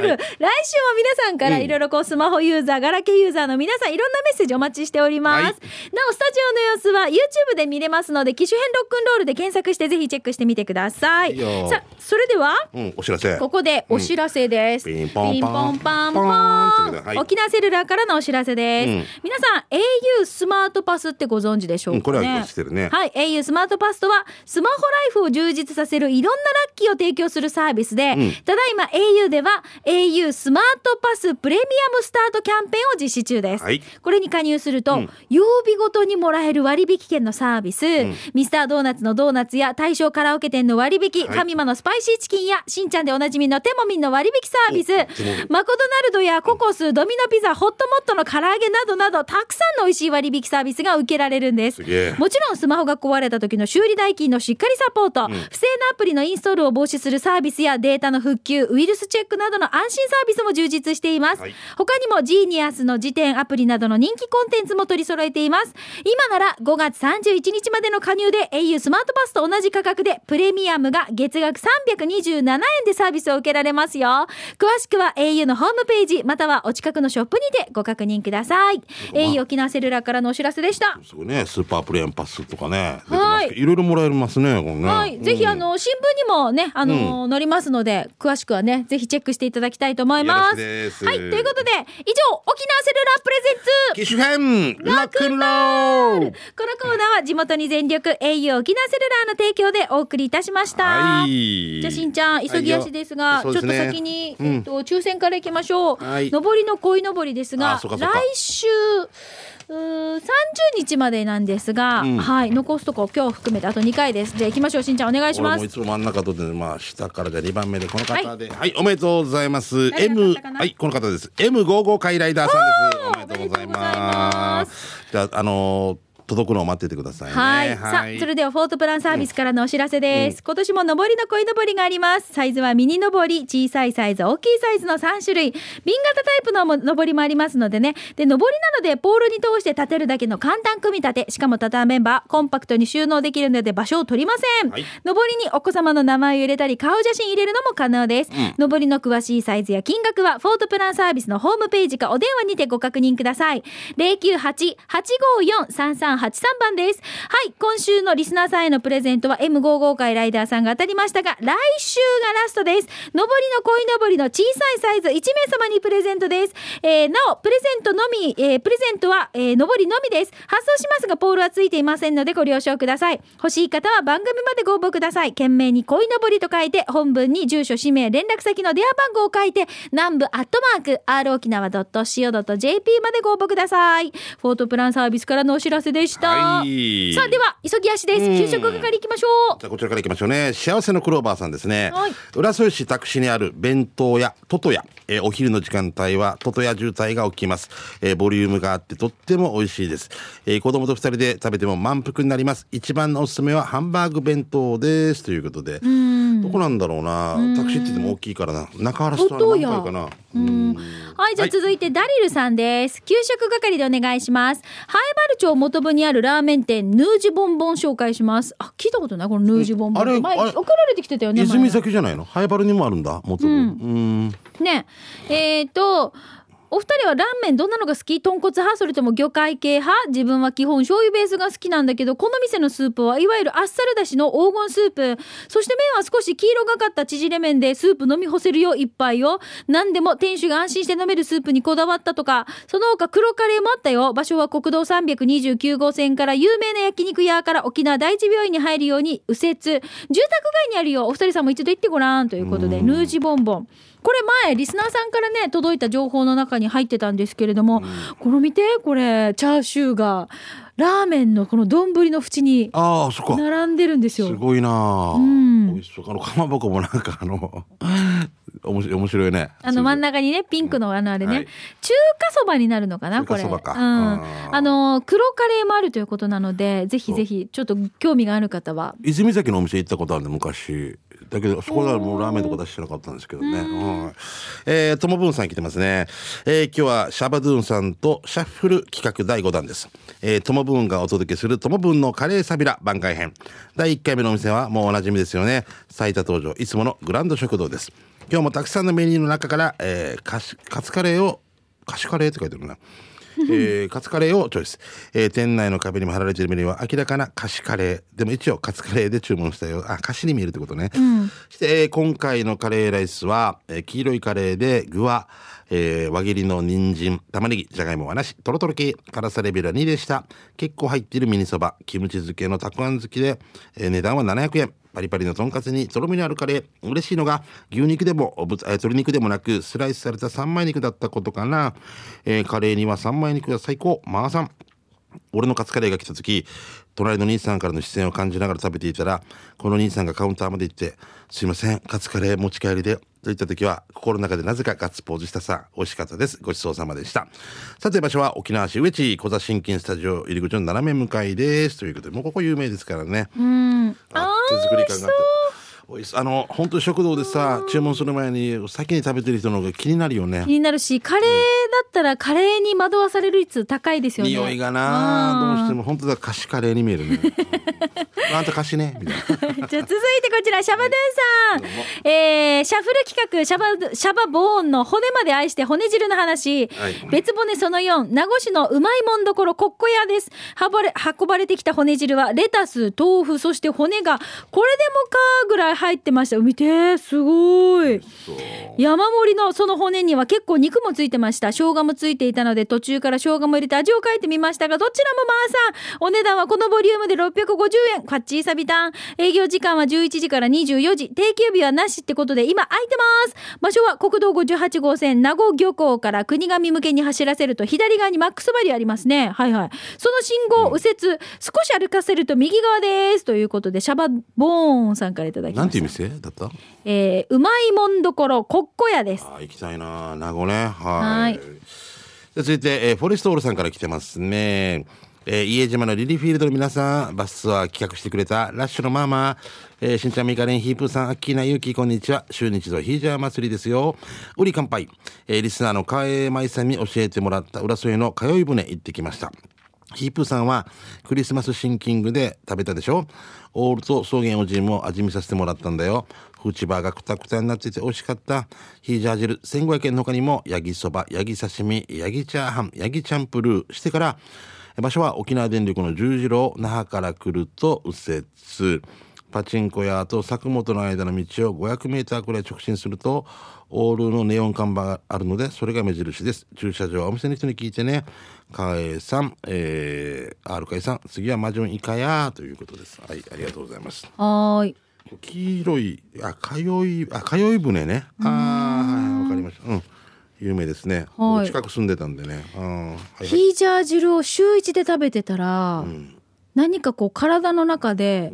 Speaker 1: ンロール、来週も皆さんからいろいろこうスマホユーザー、ガラケーユーザーの皆さんいろんなメッセージお待ちしております、
Speaker 2: はい
Speaker 1: なおスタジオの様子は YouTube で見れますので機種変ロックンロールで検索してぜひチェックしてみてください
Speaker 2: いいよ
Speaker 1: さあそれでは
Speaker 2: うん、お知らせ。
Speaker 1: ここでお知らせです。
Speaker 2: うんピンポンパン
Speaker 1: ピパン
Speaker 2: ポーンってこ
Speaker 1: パ
Speaker 2: とだは
Speaker 1: ン。
Speaker 2: い
Speaker 1: 沖縄セルラーからのお知らせです。
Speaker 2: うん
Speaker 1: 皆さん au スマートパスってご存知でしょうかね。
Speaker 2: うんこれは知ってるね
Speaker 1: はい、au スマートパスとはスマホライフを充実させるいろんなラッキーを提供するサービスで、
Speaker 2: ん
Speaker 1: ただいま au では au スマートパスプレミアムスタートキャンペーンを実施中です。
Speaker 2: はい
Speaker 1: これに加入すると、曜日ごとにもらえる割引券のサービス、ミスタードーナツのドーナツや大正カラオケ店の割引、
Speaker 2: はい
Speaker 1: 神今のスパイシーチキンやしんちゃんでおなじみのテモミンの割引サービス
Speaker 2: おテモミン
Speaker 1: マクドナルドやココスドミノピザホットモットの唐揚げなどなどたくさんの美味しい割引サービスが受けられるんです
Speaker 2: すげえ
Speaker 1: もちろんスマホが壊れた時の修理代金のしっかりサポート、不正なアプリのインストールを防止するサービスやデータの復旧ウイルスチェックなどの安心サービスも充実しています、
Speaker 2: はい
Speaker 1: 他にもジーニアスの辞典アプリなどの人気コンテンツも取り揃えています今なら5月31日までの加入で au スマートパスと同じ価格でプレミアムが月額327円でサービスを受けられますよ詳しくは au のホームページまたはお近くのショップにてご確認ください au 沖縄セルラーからのお知らせでした
Speaker 2: すごいね、スーパープレーンパスとかね。出て
Speaker 1: は
Speaker 2: ま
Speaker 1: い
Speaker 2: すけどいろいろもらえますね、これね。
Speaker 1: はい、ぜひあの新聞にもね、あの載りますので、詳しくはね、ぜひチェックしていただきたいと思います。
Speaker 2: よろしくです
Speaker 1: はい、ということで、以上、沖縄セルラープレゼンツ。
Speaker 2: 機種編ラックンロ
Speaker 1: こ
Speaker 2: ール
Speaker 1: のコーナーは地元に全力 au 沖縄セルラーの提供でお送りいたしました。
Speaker 2: はい。
Speaker 1: じゃあしんちゃん急ぎ足ですが、
Speaker 2: はいよ
Speaker 1: ちょ
Speaker 2: そ
Speaker 1: っ
Speaker 2: う
Speaker 1: と
Speaker 2: ですね
Speaker 1: 先に、
Speaker 2: うん
Speaker 1: えっと、抽選からいきましょう、
Speaker 2: はい
Speaker 1: 上りの鯉のぼりです
Speaker 2: あ
Speaker 1: が
Speaker 2: そうか
Speaker 1: 来
Speaker 2: そうか
Speaker 1: 週うー30日までなんですが、
Speaker 2: ん
Speaker 1: はい残すとこ今日含めてあと2回ですじゃあ行きましょうしんちゃんお願いし
Speaker 2: 俺
Speaker 1: ま
Speaker 2: も
Speaker 1: す
Speaker 2: いつも真ん中とってねまあ下からで2番目でこの方ではい、おめでとうございます
Speaker 1: 誰の
Speaker 2: M
Speaker 1: 方かな
Speaker 2: はいこの方です M55 回ライダーさんですおめでとうござい
Speaker 1: おめでとうございま
Speaker 2: ますじゃああのー届くのを待っててくださいね。
Speaker 1: はい、さあそれではフォートプランサービスからのお知らせです、今年も上りのこいのぼりがありますサイズはミニ上り小さいサイズ大きいサイズの3種類瓶型タイプのも上りもありますのでねで上りなのでポールに通して立てるだけの簡単組み立てしかも畳めばコンパクトに収納できるので場所を取りません、
Speaker 2: はい
Speaker 1: 上りにお子様の名前を入れたり顔写真入れるのも可能です、上りの詳しいサイズや金額はフォートプランサービスのホームページかお電話にてご確認ください098-854-3383番ですはい今週のリスナーさんへのプレゼントは M55 回ライダーさんが当たりましたが来週がラストです上りの鯉のぼりの小さいサイズ1名様にプレゼントです、えーなおプレゼントのみ、えープレゼントは、えー上りのみです発送しますがポールはついていませんのでご了承ください欲しい方は番組までご応募ください件名に鯉のぼりと書いて本文に住所氏名連絡先の電話番号を書いて南部アットマーク r 沖縄 .co.jp までご応募くださいフォートプランサービスからのお知らせでした、
Speaker 2: はい
Speaker 1: さあでは急ぎ足です給食係行きましょう
Speaker 2: じゃあこちらからいきましょうね幸せのクローバーさんですね、
Speaker 1: はい
Speaker 2: 浦添市拓司にある弁当屋トトヤ、えーお昼の時間帯はトトヤ渋滞が起きます、えーボリュームがあってとっても美味しいです、えー子供と二人で食べても満腹になります一番のおすすめはハンバーグ弁当ですということでどこなんだろうなタクシーって言っても大きいからな中原市とは何回かなうん
Speaker 1: はい、じゃあ
Speaker 2: はい
Speaker 1: 続いてダリルさんです。給食係でお願いします。ハエバル町元部にあるラーメン店、ヌージボンボン紹介します。あ、聞いたことないこのヌージボンボンって。
Speaker 2: うんあれ
Speaker 1: 前、
Speaker 2: あれ
Speaker 1: 送られてきてたよね。前
Speaker 2: 泉崎じゃないのハイバルにもあるんだ元々うん
Speaker 1: ね。えっ、と、お二人はラーメンどんなのが好き豚骨派それとも魚介系派自分は基本醤油ベースが好きなんだけど、この店のスープはいわゆるあっさりだしの黄金スープ。そして麺は少し黄色がかった縮れ麺でスープ飲み干せるよ一杯よ。何でも店主が安心して飲めるスープにこだわったとか、その他黒カレーもあったよ。場所は国道329号線から有名な焼肉屋から沖縄第一病院に入るように右折。住宅街にあるよ。お二人さんも一度行ってごらんということで、ヌージボンボン。これ前、リスナーさんからね、届いた情報の中に入ってたんですけれども、この見て、これ、チャーシューが、ラーメンのこの丼の縁に
Speaker 2: ああそっか
Speaker 1: 並んでるんですよ。
Speaker 2: すごいなあ、
Speaker 1: ん
Speaker 2: 美味しそうあのかまぼこもなんかあの おもし面白いね
Speaker 1: あの真ん
Speaker 2: 中
Speaker 1: 中にね、ピンクのあのあれね、
Speaker 2: はい
Speaker 1: 中華そばになるのかな、
Speaker 2: 中
Speaker 1: こ
Speaker 2: 華
Speaker 1: れ。
Speaker 2: そばか
Speaker 1: うん。
Speaker 2: あー
Speaker 1: あの、黒カレーもあるということなので、ぜひぜひ、ちょっと興味がある方は。
Speaker 2: 泉崎のお店行ったことあるんで昔だけどそこではもうラーメンとか出してなかったんですけどねうんえーともぶんさん来てますね、えー今日はシャバドゥンさんとシャッフル企画第5弾ですえーともぶんがお届けするともぶんのカレーサビラ番外編第1回目のお店はもうおなじみですよね最多登場いつものグランド食堂です今日もたくさんのメニューの中から、えーカシカツカレーをカシカレーって書いてあるなえーカツカレーをチョイス、えー店内の壁にも貼られているメニューは明らかな菓子カレーでも一応カツカレーで注文したよあ菓子に見えるってことね、そして、えー今回のカレーライスは、えー黄色いカレーで具は、えー輪切りの人参玉ねぎじゃがいもはなしとろとろ系辛さレベルは2でした結構入っているミニそばキムチ漬けのたくあん漬けで、えー値段は700円パリパリのとんかつにとろみのあるカレー嬉しいのが牛肉でもぶつえー鶏肉でもなくスライスされた三枚肉だったことかな、えーカレーには三枚肉が最高マーさん俺のカツカレーが来た時隣の兄さんからの視線を感じながら食べていたらこの兄さんがカウンターまで行って「すいませんカツカレー持ち帰りで」と言った時は心の中でなぜかガッツポーズしたさ美味しかったですごちそうさまでしたさて場所は沖縄市上地小座新金スタジオ入り口の斜め向かいですということでもうここ有名ですからね
Speaker 1: うん。
Speaker 2: あ手作り感があって美味しそうあの本当食堂でさ注文する前に先に食べてる人の方が気になるよね
Speaker 1: 気になるし、カレーだったらカレーに惑わされる率高いですよね。
Speaker 2: 匂いがな
Speaker 1: うん
Speaker 2: どうしても本当だ菓子カレーに見 えるねうんあんた菓子ねみたいな
Speaker 1: じゃあ続いてこちら、シャバドゥンさん。えー、シャッフル企画、シャバ、シャバボーンの骨まで愛して骨汁の話。
Speaker 2: はい
Speaker 1: 別骨その4、名護市のうまいもんどころ、コッコ屋です。運ばれ、運ばれてきた骨汁は、レタス、豆腐、そして骨が、これでもかぐらい入ってました。見て、すごい。山盛りのその骨には結構肉もついてました生姜もついていたので途中から生姜も入れて味を変えてみましたがどちらもまあさんお値段はこのボリュームで650円カッチーサビタン営業時間は11時から24時定休日はなしってことで今空いてます場所は国道58号線名護漁港から国頭向けに走らせると左側にマックスバリューありますねはいはいその信号を右折少し歩かせると右側ですということでシャバボーンさんからいただきました
Speaker 2: なんていう店だった
Speaker 1: えーうまいもんどころコッコ屋です
Speaker 2: あー行きたいな名護ねはい
Speaker 1: はい
Speaker 2: じゃあ続いて、えーフォレストオールさんから来てますねえー、家島のリリーフィールドの皆さん、バスツアー企画してくれたラッシュのママ、えー、しんちゃんみかれん、ヒープーさん、アッキーナ、ゆうき、こんにちは。週日のヒージャー祭りですよ。売り乾杯。えー、リスナーのかえまいさんに教えてもらった浦添の通い船行ってきました。ヒープーさんはクリスマスシンキングで食べたでしょオールと草原おじいも味見させてもらったんだよ。フチバーがくたくたになってて美味しかった。ヒージャー汁1500円の他にも、ヤギそば、ヤギ刺身、ヤギチャーハン、ヤギチャンプルーしてから、場所は沖縄電力の十字路、那覇から来ると右折。パチンコ屋と佐久本の間の道を500メーターくらい直進すると、オールのネオン看板があるので、それが目印です。駐車場はお店の人に聞いてね。かえさん、えー、R かえさん、次はマジョンイカやということです。はい、ありがとうございます。
Speaker 1: はーい
Speaker 2: 黄色い、あ、通い、あ、通い船ね。ああ、わかりました。うん。有名ですね。
Speaker 1: はい
Speaker 2: 近く住んでたんでね。あーはいはい
Speaker 1: ヒージャー汁を週一で食べてたら、何かこう体の中で、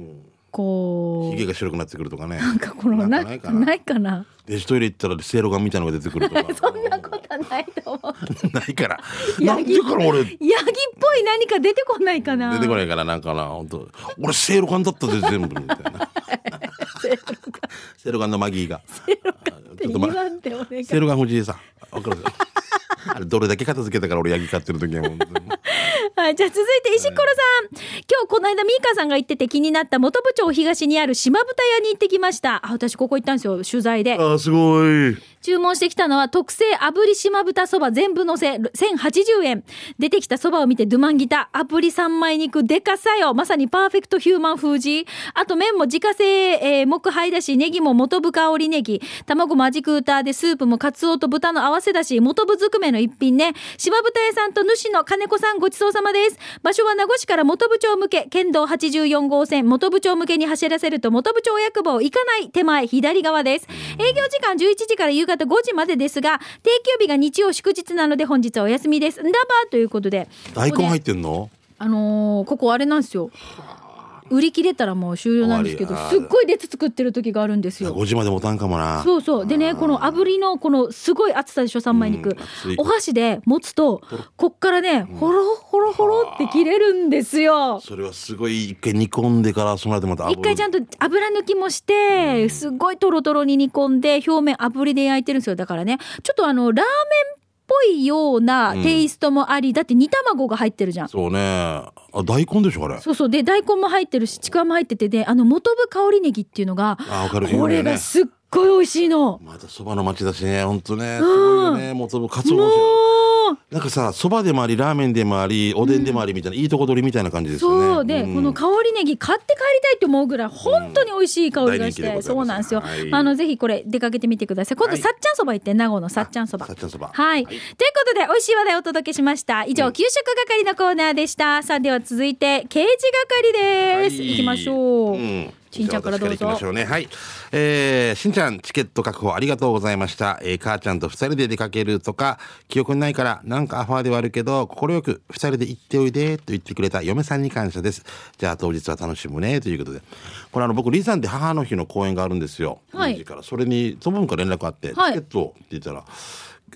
Speaker 1: こ
Speaker 2: ひげが白くなってくるとかね。
Speaker 1: うなんかこのな
Speaker 2: な
Speaker 1: なんい
Speaker 2: か
Speaker 1: か
Speaker 2: ないかな
Speaker 1: な
Speaker 2: デジトイレ行ったらせいろがみたいなのが出てくるとか。
Speaker 1: そんなことはないと思う
Speaker 2: ないから。な
Speaker 1: ヤ
Speaker 2: ん
Speaker 1: ギ
Speaker 2: でから俺、出て
Speaker 1: ヤギっぽい何か出てこないかな
Speaker 2: こないから、なんかな、本当俺、せいろがんだっ たぜ、全部、みたいな。せいろがんのマギーが。ちょっとま
Speaker 1: 言わんでお願い
Speaker 2: セルガン藤井さん。わかるぞ あれどれだけ片付けたから俺ヤギ飼ってる時はもう本当に
Speaker 1: はい、じゃあ続いて石ころさん。今日この間ミーカーさんが言ってて気になった元部町東にある島豚屋に行ってきました。あ、私ここ行ったんですよ、取材で。
Speaker 2: あーすごい。
Speaker 1: 注文してきたのは特製炙り島豚そば全部のせ1080円。出てきたそばを見てドゥマンギタ、炙り三枚肉でかさよ。まさにパーフェクトヒューマン風味。あと麺も自家製、えー木灰だし、ネギも元部香りネギ。卵も味クーターでスープもカツオと豚の合わせだし、元部ずくめの一品ね。島豚屋さんと主の金子さんごちそうさまです。場所は名護市から元部町向け、県道84号線元部町向けに走らせると元部町役場を行かない手前左側です。営業時間11時から夕方5時までですが、定休日が日曜祝日なので本日はお休みです。んだばーということで。
Speaker 2: 大根入っ
Speaker 1: ここね
Speaker 2: てんの？
Speaker 1: あのーここあれなんですよ。売り切れたらもう終了なんですけど、
Speaker 2: 終わ
Speaker 1: す
Speaker 2: り
Speaker 1: っごい列作ってる時があるんですよ。
Speaker 2: 五時まで持たんかもな。
Speaker 1: そうそう。でね、この炙りの、このすごい厚さでしょ、三枚
Speaker 2: うん
Speaker 1: 肉
Speaker 2: 厚い。
Speaker 1: お箸で持つと、こっからね、ほろほろほろって切れるんですよ。
Speaker 2: それはすごい一回煮込んでからその後また炙る
Speaker 1: 一回ちゃんと油抜きもして、すごいトロトロに煮込んで、表面炙りで焼いてるんですよ。だからね、ちょっとあの、ラーメンっぽいようなテイストもあり、だって煮卵が入ってるじゃん。
Speaker 2: そうね。あ大根でしょあれ。
Speaker 1: そうそう。で、大根も入ってるし、ちくわも入ってて、で、あの、元部香りネギっていうのが、
Speaker 2: あわかる。
Speaker 1: これ
Speaker 2: 有名ね
Speaker 1: がすっごい美味しいの。
Speaker 2: またそばの町だしね、本当ね、すごいよね、もうそのかつお節
Speaker 1: もう
Speaker 2: なんかさ、そばでもあり、ラーメンでもあり、おでんでもありみたいな、いいとこ取りみたいな感じですよね。
Speaker 1: そうで、
Speaker 2: ん
Speaker 1: この香りネギ買って帰りたいと思うぐらい本当に美味しい香りがして、
Speaker 2: 大人気でございます
Speaker 1: そうなんですよ、
Speaker 2: はい
Speaker 1: あのぜひこれ出かけてみてください今度、
Speaker 2: はい
Speaker 1: さっちゃんそば行って名護のさっちゃんそば
Speaker 2: さっちゃんそば
Speaker 1: はい、ということで美味しい話題をお届けしました以上、給食係のコーナーでしたさあでは続いて刑事係です、行きましょう、
Speaker 2: ん
Speaker 1: しんちゃんからどう
Speaker 2: じゃあ私行きましょ
Speaker 1: ぞ
Speaker 2: うね。はい。えー、しんちゃん、チケット確保ありがとうございました。えー、母ちゃんと二人で出かけるとか、記憶にないから、なんかアファーではあるけど、快く二人で行っておいで、と言ってくれた嫁さんに感謝です。じゃあ当日は楽しむね、ということで。これあの、僕、リーさんで母の日の公演があるんですよ。
Speaker 1: はい
Speaker 2: 10時から。それに、その分から連絡あって、
Speaker 1: はい
Speaker 2: チケットをって言ったら、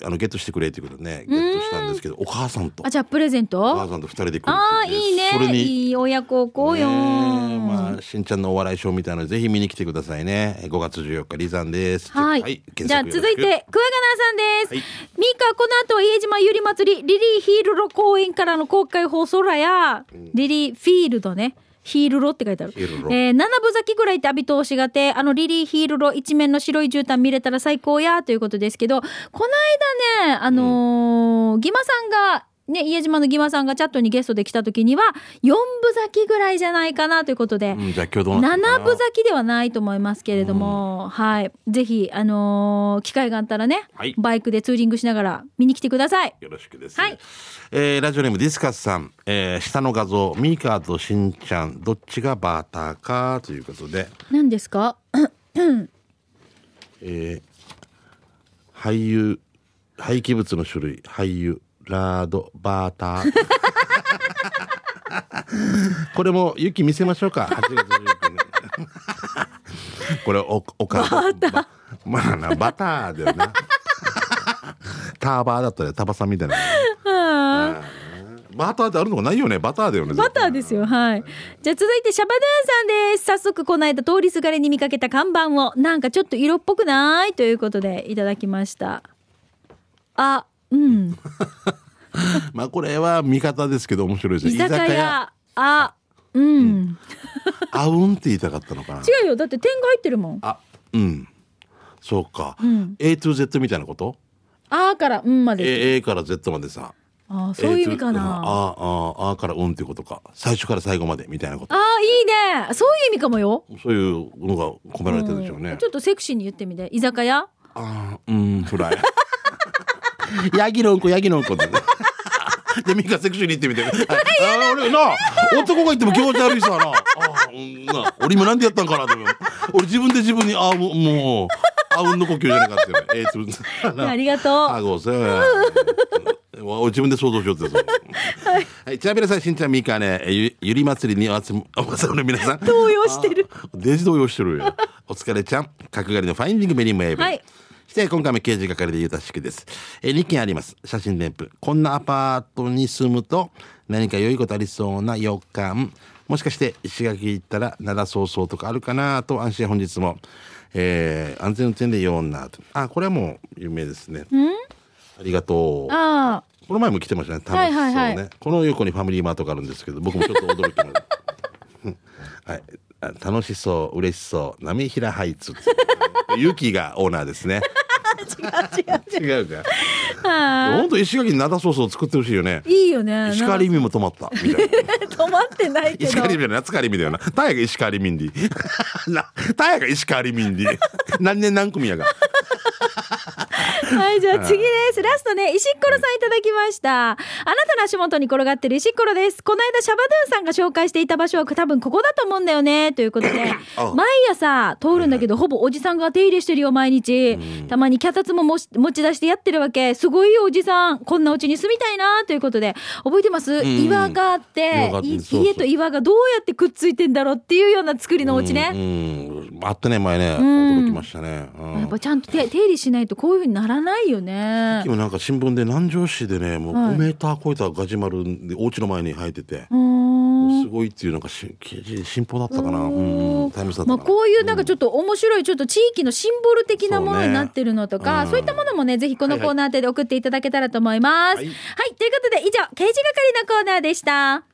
Speaker 2: あの、ゲットしてくれっていうことでね、ゲットしたんですけど、お母さんと
Speaker 1: あ、じゃあプレゼン
Speaker 2: お母
Speaker 1: ト
Speaker 2: さんと二人で来るって言
Speaker 1: あ
Speaker 2: っ
Speaker 1: ー
Speaker 2: て
Speaker 1: いい
Speaker 2: それ
Speaker 1: ね
Speaker 2: に
Speaker 1: いい親孝行よ、
Speaker 2: ねえまあ、しんちゃんのお笑いショーみたいなのぜひ見に来てくださいね。え5月14日、リザンです。
Speaker 1: はい。
Speaker 2: 検索
Speaker 1: じゃあ
Speaker 2: よろしく
Speaker 1: 続いて、クワガナーさん
Speaker 2: は
Speaker 1: で
Speaker 2: い
Speaker 1: す。ミーカー、この後は家島ゆり祭り、リリーヒールロ公演からの公開放送らや、リリーフィールドね。ヒールロって書いてある。
Speaker 2: ヒールロ
Speaker 1: えー、七分咲きぐらいって浴び通しがて、あのリリーヒールロ一面の白い絨毯見れたら最高や、ということですけど、この間ね、あのーギマさんが、ね、家島のギマさんがチャットにゲストで来た時には、四分咲きぐらいじゃないかなということで、
Speaker 2: うん、じゃあ今日どうなってるか
Speaker 1: 七
Speaker 2: な
Speaker 1: 分咲きではないと思いますけれども、はい。ぜひ、あのー機会があったらね、
Speaker 2: はい
Speaker 1: バイクでツーリングしながら見に来てください。
Speaker 2: よろしくです、
Speaker 1: はい
Speaker 2: えーラジオネームディスカスさん、えー下の画像、ミーカーとしんちゃん、どっちがバーターかということで、
Speaker 1: 何です か
Speaker 2: えー俳優、廃棄物の種類、俳優、ラード、バーター。 これも雪見せましょうか。8月19日。これおおかバター。まあなバターだよな。ターバーだったらタバさんみたいな。
Speaker 1: はあ
Speaker 2: バターってあるのがないよねバターだよね
Speaker 1: バターですよ。はい。じゃあ続いてシャバドゥンさんです。早速この間通りすがりに見かけた看板を、なんかちょっと色っぽくないということでいただきました。あ、うん。
Speaker 2: まあこれは味方ですけど面白いです
Speaker 1: 居
Speaker 2: ね
Speaker 1: 酒屋、あ、うん。
Speaker 2: あうんって言いたかったのかな
Speaker 1: 違うよ。だって点が入ってるもん。
Speaker 2: あうんそうか、
Speaker 1: うん
Speaker 2: A to Z みたいなこと
Speaker 1: あからうんまで。
Speaker 2: A, A から Z までさ
Speaker 1: あそういう意味か
Speaker 2: A to- うん
Speaker 1: な。
Speaker 2: ああああからうんってことか最初から最後までみたいなこと
Speaker 1: あいいね。そういう意味かもよ。
Speaker 2: そういうのが込められてるでしょう
Speaker 1: うん
Speaker 2: ね
Speaker 1: ちょっとセクシーに言ってみて。居酒屋
Speaker 2: ああうんフライ ヤギのうんこヤギのうんこってね でミカセクシーに行ってみて、 ああ俺なあ男が言っても気持ち悪いさなああ、うん、な俺今なんでやったんかなと思う俺自分で自分にああもうもうあうんの呼吸じゃなかったよね A to Z
Speaker 1: ありがとう。
Speaker 2: あごせん。 お自分で想像しようってそう。はい。ちなみにさん、しんちゃん、みーかね、えゆゆり祭りにお集まお集まりの皆さん。
Speaker 1: 動揺してる。
Speaker 2: デジ動揺してるよ。お疲れちゃん。角刈りのファインディングメリームエイブ。
Speaker 1: はい
Speaker 2: して今回も刑事係でゆたしくです。えー、2件あります。写真添付。こんなアパートに住むと何か良いことありそうな予感。もしかして石垣行ったら奈良早々とかあるかなと安心本日も、えー安全運転でようなと。あ、これはもう有名ですね。ありがとう。
Speaker 1: ああ。
Speaker 2: この前も来てましたね。楽しそうね。
Speaker 1: はいはいはい
Speaker 2: この横にファミリーマートがあるんですけど、僕もちょっと驚いてます はい。あ楽しそう、嬉しそう、波平ハイツっていう。ユキがオーナーですね。 違う違う違う。か。本当石垣に灘ソースを作ってほしいよね。
Speaker 1: いいよね。
Speaker 2: 石狩民も止まったみたいな。
Speaker 1: 止まってないけど
Speaker 2: 石。狩民じゃない、夏狩民だよな。タイが石狩民で。 な、タイが石狩民で。何年何組やが。
Speaker 1: はい、じゃあ次です。ラストね、石っころさんいただきました。あなたの足元に転がってる石っころです。この間、シャバドゥンさんが紹介していた場所は多分ここだと思うんだよね。ということで
Speaker 2: あ、
Speaker 1: 毎朝通るんだけど、ほぼおじさんが手入れしてるよ、毎日。たまに脚立ももし持ち出してやってるわけ。すごいよ、おじさん。こんなお家に住みたいな。ということで、覚えてます
Speaker 2: ん
Speaker 1: 岩があって
Speaker 2: 岩があって
Speaker 1: い
Speaker 2: そうそう
Speaker 1: 家と岩がどうやってくっついてんだろうっていうような作りのお家ね。
Speaker 2: うん。あったね、前ね。
Speaker 1: ん
Speaker 2: 驚きましたね。うん
Speaker 1: やっぱちゃんと手手入れしないとこういうふうにならないよね。
Speaker 2: 今なんか新聞で南城市でねもう
Speaker 1: はい
Speaker 2: 5メーター超えたガジュマルでお家の前に生えてて、
Speaker 1: うーん
Speaker 2: すごいっていうなんかし記事新報だったかな、うんうん、タイムズだった
Speaker 1: ま
Speaker 2: か
Speaker 1: あ、
Speaker 2: な、
Speaker 1: こういうなんかちょっと面白い、ちょっと地域のシンボル的なものになってるのとか、そう,、
Speaker 2: そうねうん
Speaker 1: いったものもね、ぜひこのコーナー宛てで送っていただけたらと思います。は、
Speaker 2: はいい
Speaker 1: ということで以上、刑事係のコーナーでした。